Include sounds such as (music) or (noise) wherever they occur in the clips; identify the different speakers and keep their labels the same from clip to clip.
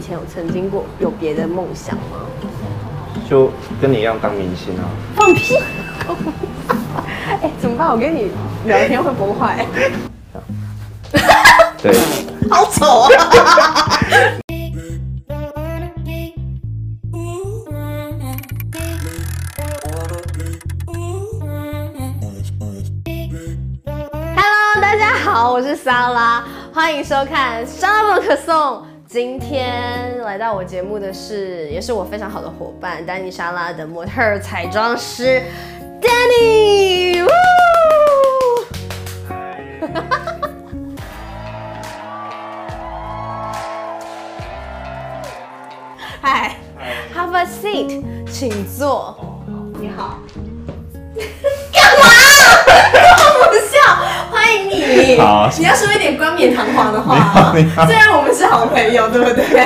Speaker 1: 前有曾经过有别的梦想吗？
Speaker 2: 就跟你一样当明星啊。
Speaker 1: 放屁！ (laughs) 哎、怎么办？我跟你聊天会崩 (laughs) 坏。
Speaker 2: 对，
Speaker 3: 好丑啊！
Speaker 1: Hello，大家好，我是莎拉，欢迎收看《莎拉不可颂》。今天来到我节目的是，也是我非常好的伙伴，丹尼莎拉的模特儿彩妆师 Danny。呜嗨，Have a seat，请坐。你哦好。 (laughs) 干嘛？我不笑，欢迎你。
Speaker 2: 好
Speaker 1: 你要说一点冠冕堂皇的话啊
Speaker 2: 你好你好
Speaker 1: 虽然我们是好朋友，对不 (laughs) 对？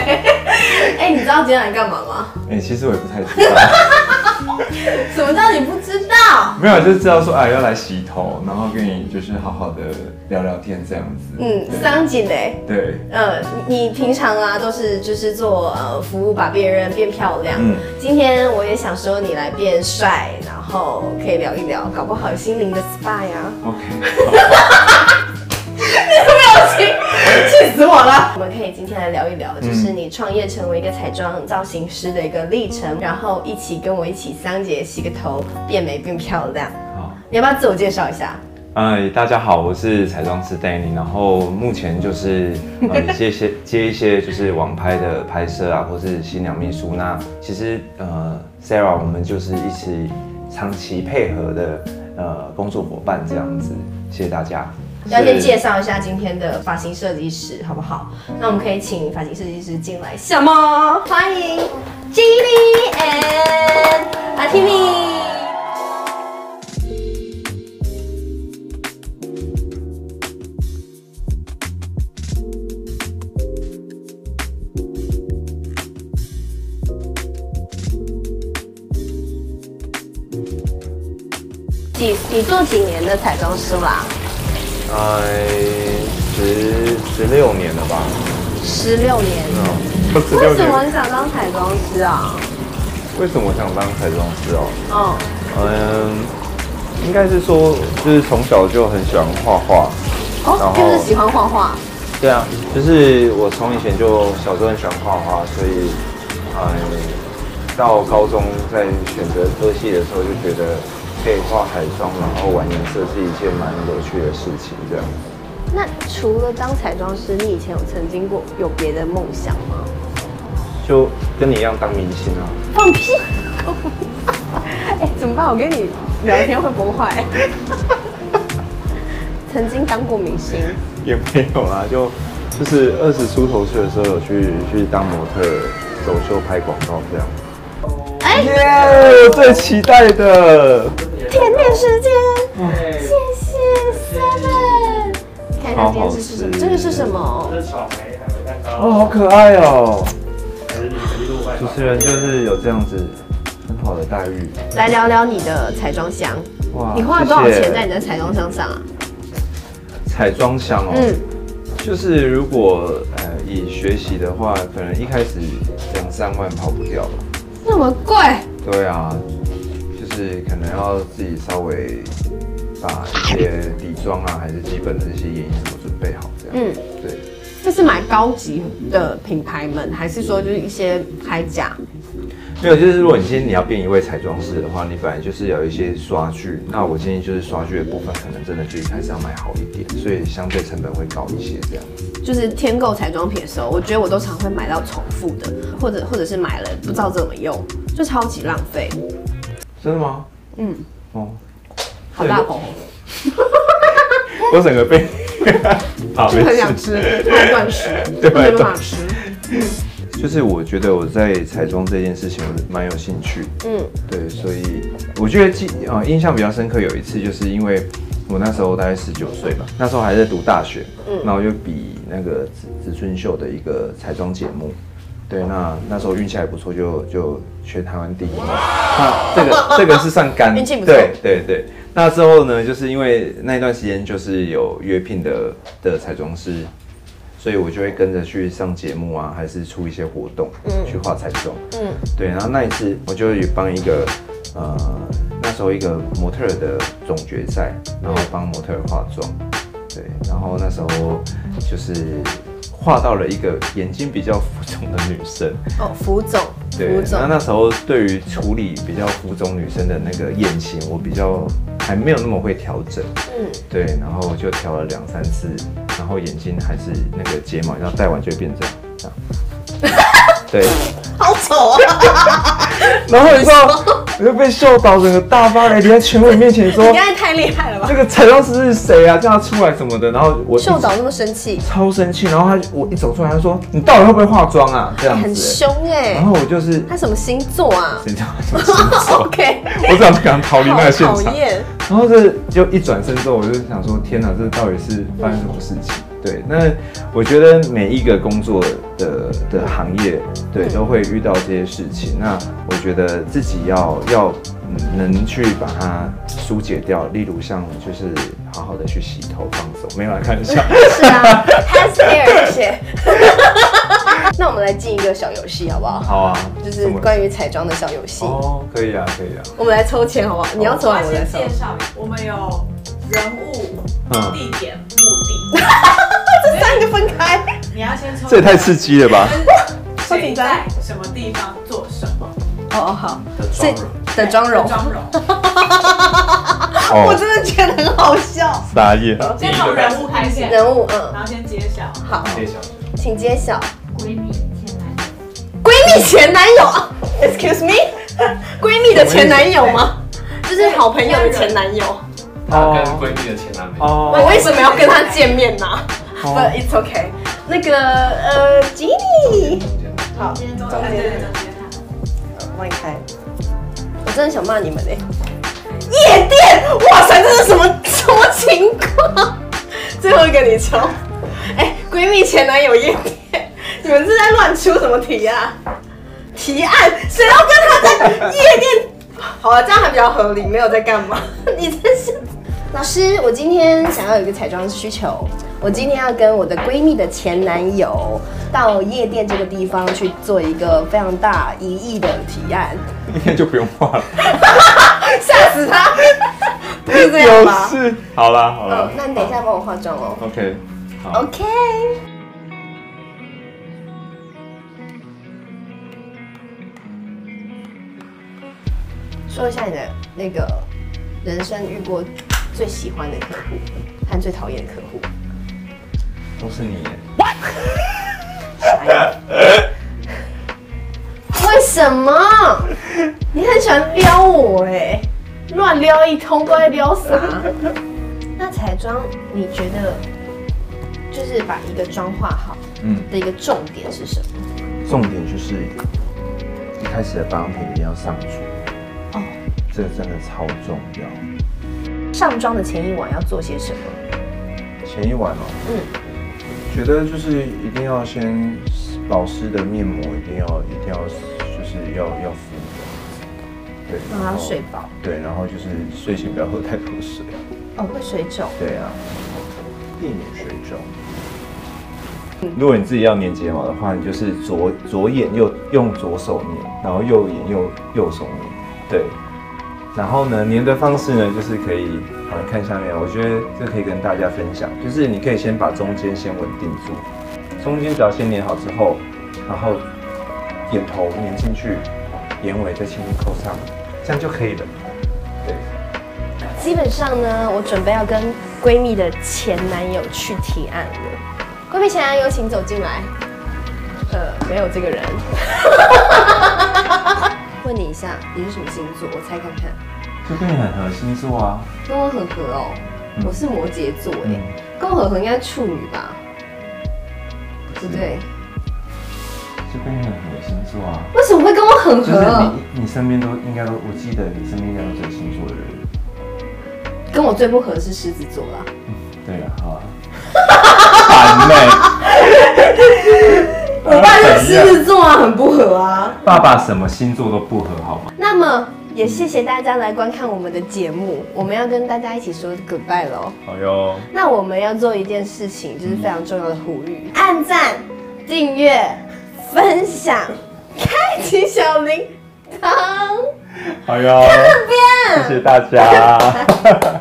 Speaker 1: 哎，你知道今天来干嘛吗？
Speaker 2: 哎、其实我也不太知道， (laughs)
Speaker 1: 什么叫你不知道？
Speaker 2: 没有，就是知道说啊要来洗头，然后跟你就是好好的聊聊天这样子。
Speaker 1: 嗯，
Speaker 2: 对
Speaker 1: 桑景嘞。
Speaker 2: 对，
Speaker 1: 呃，你你平常啊都是就是做呃服务，把别人变漂亮。
Speaker 2: 嗯
Speaker 1: 今天我也想说你来变帅，然后可以聊一聊，搞不好有心灵的 SPA 呀、
Speaker 2: ，OK，
Speaker 1: (laughs) 气死我了！嗯我们可以今天来聊一聊，就是你创业成为一个彩妆造型师的一个历程，然后一起跟我一起桑姐洗个头，变美变漂亮。
Speaker 2: 好。 (laughs)
Speaker 1: 你要不要自我介绍一下？
Speaker 2: 嗨，大家好，我是彩妆师 Danny，然后目前就是 (laughs) 呃接一些接一些就是网拍的拍摄啊，或是新娘秘书。那其实呃 Sarah 我们就是一起长期配合的呃工作伙伴这样子，谢谢大家。
Speaker 1: 要先介
Speaker 2: 是
Speaker 1: 绍一下今天的发型设计师，好不好？那我们可以请发型设计师进来，什么？欢迎 Jimmy and 阿 Timmy。几你做几年的彩妆师啦、
Speaker 2: 呃十十六年了吧？
Speaker 1: 十六年。
Speaker 2: 嗯，十
Speaker 1: 为什么你想当彩妆师啊？
Speaker 2: 为什么我想当彩妆师哦？
Speaker 1: 嗯，
Speaker 2: 嗯，应该是说就是从小就很喜欢画画。然
Speaker 1: 哦
Speaker 2: 后，
Speaker 1: 就是喜欢画画。
Speaker 2: 对啊，就是我从以前就小时候很喜欢画画，所以，呃，到高中在选择科系的时候就觉得可以画彩妆，然后玩颜色是一件蛮有趣的事情，这样。
Speaker 1: 那除了当彩妆师，你以前有曾经过有别的梦想吗？
Speaker 2: 就跟你一样当明星啊，
Speaker 1: 放屁！ (laughs) 哎、怎么办？我跟你聊天会崩 (laughs) 坏。曾经当过明星，
Speaker 2: 也没有啦，就就是二十出头岁的时候有去去当模特儿走秀拍广告这样。
Speaker 1: 哎
Speaker 2: 耶、我最期待的。
Speaker 1: 甜点时间，
Speaker 4: 哎
Speaker 1: 谢谢 Seven。看一下今天是什
Speaker 2: 好好
Speaker 1: 么？
Speaker 2: 吃
Speaker 1: 这个是什么？
Speaker 4: 这是草莓海绵蛋
Speaker 2: 哦，
Speaker 4: 糕，
Speaker 2: 好可爱哦！
Speaker 4: 还是你一路外
Speaker 2: 主
Speaker 4: 放
Speaker 2: 持人就是有这样子很好的待遇，
Speaker 1: 来聊聊你的彩妆箱。
Speaker 2: 哇
Speaker 1: 你花了多少
Speaker 2: 谢
Speaker 1: 钱
Speaker 2: 谢
Speaker 1: 在你的彩妆箱上啊？
Speaker 2: 彩妆箱哦。
Speaker 1: 嗯，
Speaker 2: 就是如果呃以学习的话，可能一开始两三万跑不掉吧。
Speaker 1: 那么贵？
Speaker 2: 对啊，就是可能要自己稍微把一些底妆啊，还是基本的这些眼影什么准备好这样。
Speaker 1: 嗯，
Speaker 2: 对。
Speaker 1: 这是买高级的品牌们，还是说就是一些牌甲？
Speaker 2: 没有，就是如果你今天你要变一位彩妆师的话，你本来就是要有一些刷具。那我建议就是刷具的部分，可能真的就一开始要买好一点，所以相对成本会高一些这样。
Speaker 1: 就是添购彩妆品的时候，我觉得我都常会买到重复的，或者或者是买了不知道怎么用，就超级浪费。
Speaker 2: 真的吗？
Speaker 1: 嗯，
Speaker 2: 哦，
Speaker 1: 好大哦口红，
Speaker 2: 我整
Speaker 1: (laughs)
Speaker 2: 个被， (laughs) 好，
Speaker 1: 就
Speaker 2: 没
Speaker 1: 很想
Speaker 2: 事。
Speaker 1: 吃，还断食，
Speaker 2: (laughs) 对
Speaker 1: 没办法吃。
Speaker 2: 就是我觉得我在彩妆这件事情我蛮有兴趣，
Speaker 1: 嗯，
Speaker 2: 对，所以我觉得记呃印象比较深刻有一次，就是因为我那时候大概十九岁吧，那时候还在读大学，嗯，然后就比那个植植村秀的一个彩妆节目，对，那那时候运气还不错，就就全台湾第一名。那这个这个是算干，
Speaker 1: 运气不错
Speaker 2: 对对对。那之后呢，就是因为那一段时间就是有约聘的的彩妆师所以我就会跟着去上节目啊，还是出一些活动，去画彩妆。
Speaker 1: 嗯
Speaker 2: 对，然后那一次我就有帮一个呃那时候一个模特儿的总决赛，然后帮模特儿化妆，对，然后那时候就是画到了一个眼睛比较浮肿的女生，
Speaker 1: 哦，浮肿，
Speaker 2: 对
Speaker 1: 浮，
Speaker 2: 那
Speaker 1: 肿，
Speaker 2: 那时候对于处理比较浮肿女生的那个眼型，我比较还没有那么会调整，
Speaker 1: 嗯，
Speaker 2: 对，然后就调了两三次，然后眼睛还是那个睫毛，然后戴完就会变这样，这样， (laughs)
Speaker 1: (laughs)
Speaker 2: 对。
Speaker 1: 好丑啊！
Speaker 2: 然后你知道，我就被秀导整个大发雷霆，在全部人面前
Speaker 1: 你
Speaker 2: (laughs) 说
Speaker 1: 刚才太厉害了吧？
Speaker 2: 这个彩妆师是谁啊，叫他出来什么的。然后我一
Speaker 1: 秀导那么生气，
Speaker 2: 超生气，然后他我一走出来，他说你到底会不会化妆啊？这样
Speaker 1: 很
Speaker 2: 子、
Speaker 1: 凶哎、
Speaker 2: 然后
Speaker 1: (laughs)
Speaker 2: 我就是
Speaker 1: 他什么星座啊
Speaker 2: 谁知道什么星座，
Speaker 1: ？OK，
Speaker 2: 哦我只想赶快逃离那
Speaker 1: 好
Speaker 2: 个现
Speaker 1: 讨
Speaker 2: 场。
Speaker 1: 厌，
Speaker 2: 然后这就一转身之后，我就想说，天哪，这到底是发生什么事情？对，那我觉得每一个工作的的行业，对，都会遇到这些事情。那我觉得自己要要嗯能去把它疏解掉，例如像就是好好的去洗头放松，没有来看
Speaker 1: (laughs)
Speaker 2: 一下。
Speaker 1: 是啊 h a s hair 这些。 (laughs) 那我们来进一个小游戏好不好？
Speaker 2: 好啊，
Speaker 1: 就是关于彩妆的小游戏。
Speaker 2: 哦，可以啊，
Speaker 1: (laughs)
Speaker 2: 可以啊，
Speaker 1: 我们来抽签好不好？你要抽
Speaker 3: 我
Speaker 1: 还
Speaker 3: 要
Speaker 1: 是我来
Speaker 3: 先
Speaker 1: 哦抽？
Speaker 3: 介绍，我们有人物、
Speaker 2: 嗯，
Speaker 3: 地点、目的。 (laughs)
Speaker 1: 这三个分开。
Speaker 3: 你要先抽，
Speaker 2: 这也太刺激了吧！
Speaker 1: 好
Speaker 3: 谁
Speaker 1: 紧张
Speaker 3: 在什么地方做什么
Speaker 1: 哦哦好，
Speaker 4: 的
Speaker 1: 所以
Speaker 4: 妆容。
Speaker 1: 的妆容，
Speaker 3: 妆容。
Speaker 1: 我
Speaker 2: 哦，
Speaker 1: 真的觉得很好笑。
Speaker 2: 撒野，
Speaker 3: 先从人物开始，
Speaker 1: (laughs) 人物嗯，
Speaker 3: 然后先揭晓
Speaker 1: 好，
Speaker 4: 谢谢小姐
Speaker 1: 请揭晓
Speaker 3: 闺蜜前男友。
Speaker 1: 闺蜜前男友。Excuse me，闺 (laughs) 蜜的前男友吗？就是好朋友的前男友。
Speaker 4: 她跟闺蜜的前男朋友，
Speaker 1: 我
Speaker 2: 哦，
Speaker 1: 为什么要跟他见面呢、
Speaker 2: 哦
Speaker 1: But it's okay。那个呃，吉尼，好，
Speaker 3: 中
Speaker 1: 间
Speaker 3: 间
Speaker 1: 帮你开。我真的想骂你们哎、夜店，哇塞，这是什么什么情况？ (laughs) 最后一个你抽，哎、闺蜜前男友夜店，你们是在乱出什么题啊？提案，谁要跟他在夜店？好啊，这样还比较合理，没有在干嘛？ (laughs) 你真是。老师，我今天想要有一个彩妆需求，我今天要跟我的闺蜜的前男友到夜店这个地方去做一个非常大一亿的提案，
Speaker 2: (laughs) 今天就不用
Speaker 1: (laughs)
Speaker 2: 画了，
Speaker 1: 吓死
Speaker 2: (laughs)
Speaker 1: 他！不是这样
Speaker 2: 有
Speaker 1: 吧？
Speaker 2: 事，好啦，好
Speaker 1: 嗯
Speaker 2: 啦，
Speaker 1: 那你等一下帮我化妆哦。
Speaker 2: ，OK，好。
Speaker 1: OK。说一下你的那个人生遇过最喜欢的客户和最讨厌的客户。
Speaker 2: 都是你耶，
Speaker 1: 为什么？ (laughs) 你很喜欢撩我哎、乱撩一通，不知道在撩啥？那彩妆，你觉得就是把一个妆化好
Speaker 2: 嗯，
Speaker 1: 的一个重点是什么？
Speaker 2: 重点就是一开始的保养品一定要上足，
Speaker 1: 哦，
Speaker 2: 这个真的超重要。
Speaker 1: 上妆的前一晚要做些什么？
Speaker 2: 前一晚哦，
Speaker 1: 嗯，
Speaker 2: 觉得就是一定要先保湿的面膜，一定要一定要就是要要敷的，对，
Speaker 1: 让它
Speaker 2: 然后
Speaker 1: 睡，饱。
Speaker 2: 对，然后就是睡前不要喝太多水，
Speaker 1: 哦，会水肿。
Speaker 2: 对啊，避免水肿。如果你自己要粘睫毛的话，你就是左左眼右用左手粘，然后右眼右右手粘，对。然后呢，粘的方式呢，就是可以，好，你看下面，啊我觉得这可以跟大家分享，就是你可以先把中间先稳定住，中间只要先粘好之后，然后眼头粘进去，眼尾再轻轻扣上，这样就可以了。对，
Speaker 1: 基本上呢，我准备要跟闺蜜的前男友去提案了。闺蜜前男友，请走进来。呃，没有这个人。 (laughs) 问你一下，你是什么星座？我猜看看。
Speaker 2: 就跟你很合星座啊。
Speaker 1: 跟我很合哦，我是摩羯座哎、
Speaker 2: 嗯
Speaker 1: 跟我很合应该处女吧？对不对？
Speaker 2: 嗯就跟你很合星座啊，
Speaker 1: 为什么会跟我很
Speaker 2: 就是
Speaker 1: 合？
Speaker 2: 你你身边都应该都，我记得你身边应该都是有星座的人。
Speaker 1: 跟我最不合是狮子座啦。
Speaker 2: 啊 (laughs) 对啊，好啊。烦呢、
Speaker 1: 我爸就是狮子座啊，很不合啊。
Speaker 2: 爸爸什么星座都不合，好吗？
Speaker 1: 那么也谢谢大家来观看我们的节目，我们要跟大家一起说 goodbye 喽。
Speaker 2: 好哟，
Speaker 1: 那我们要做一件事情，就是非常重要的呼吁：按赞、订阅、分享、开启小铃铛。
Speaker 2: 好哟，
Speaker 1: 这边。
Speaker 2: 谢谢大家。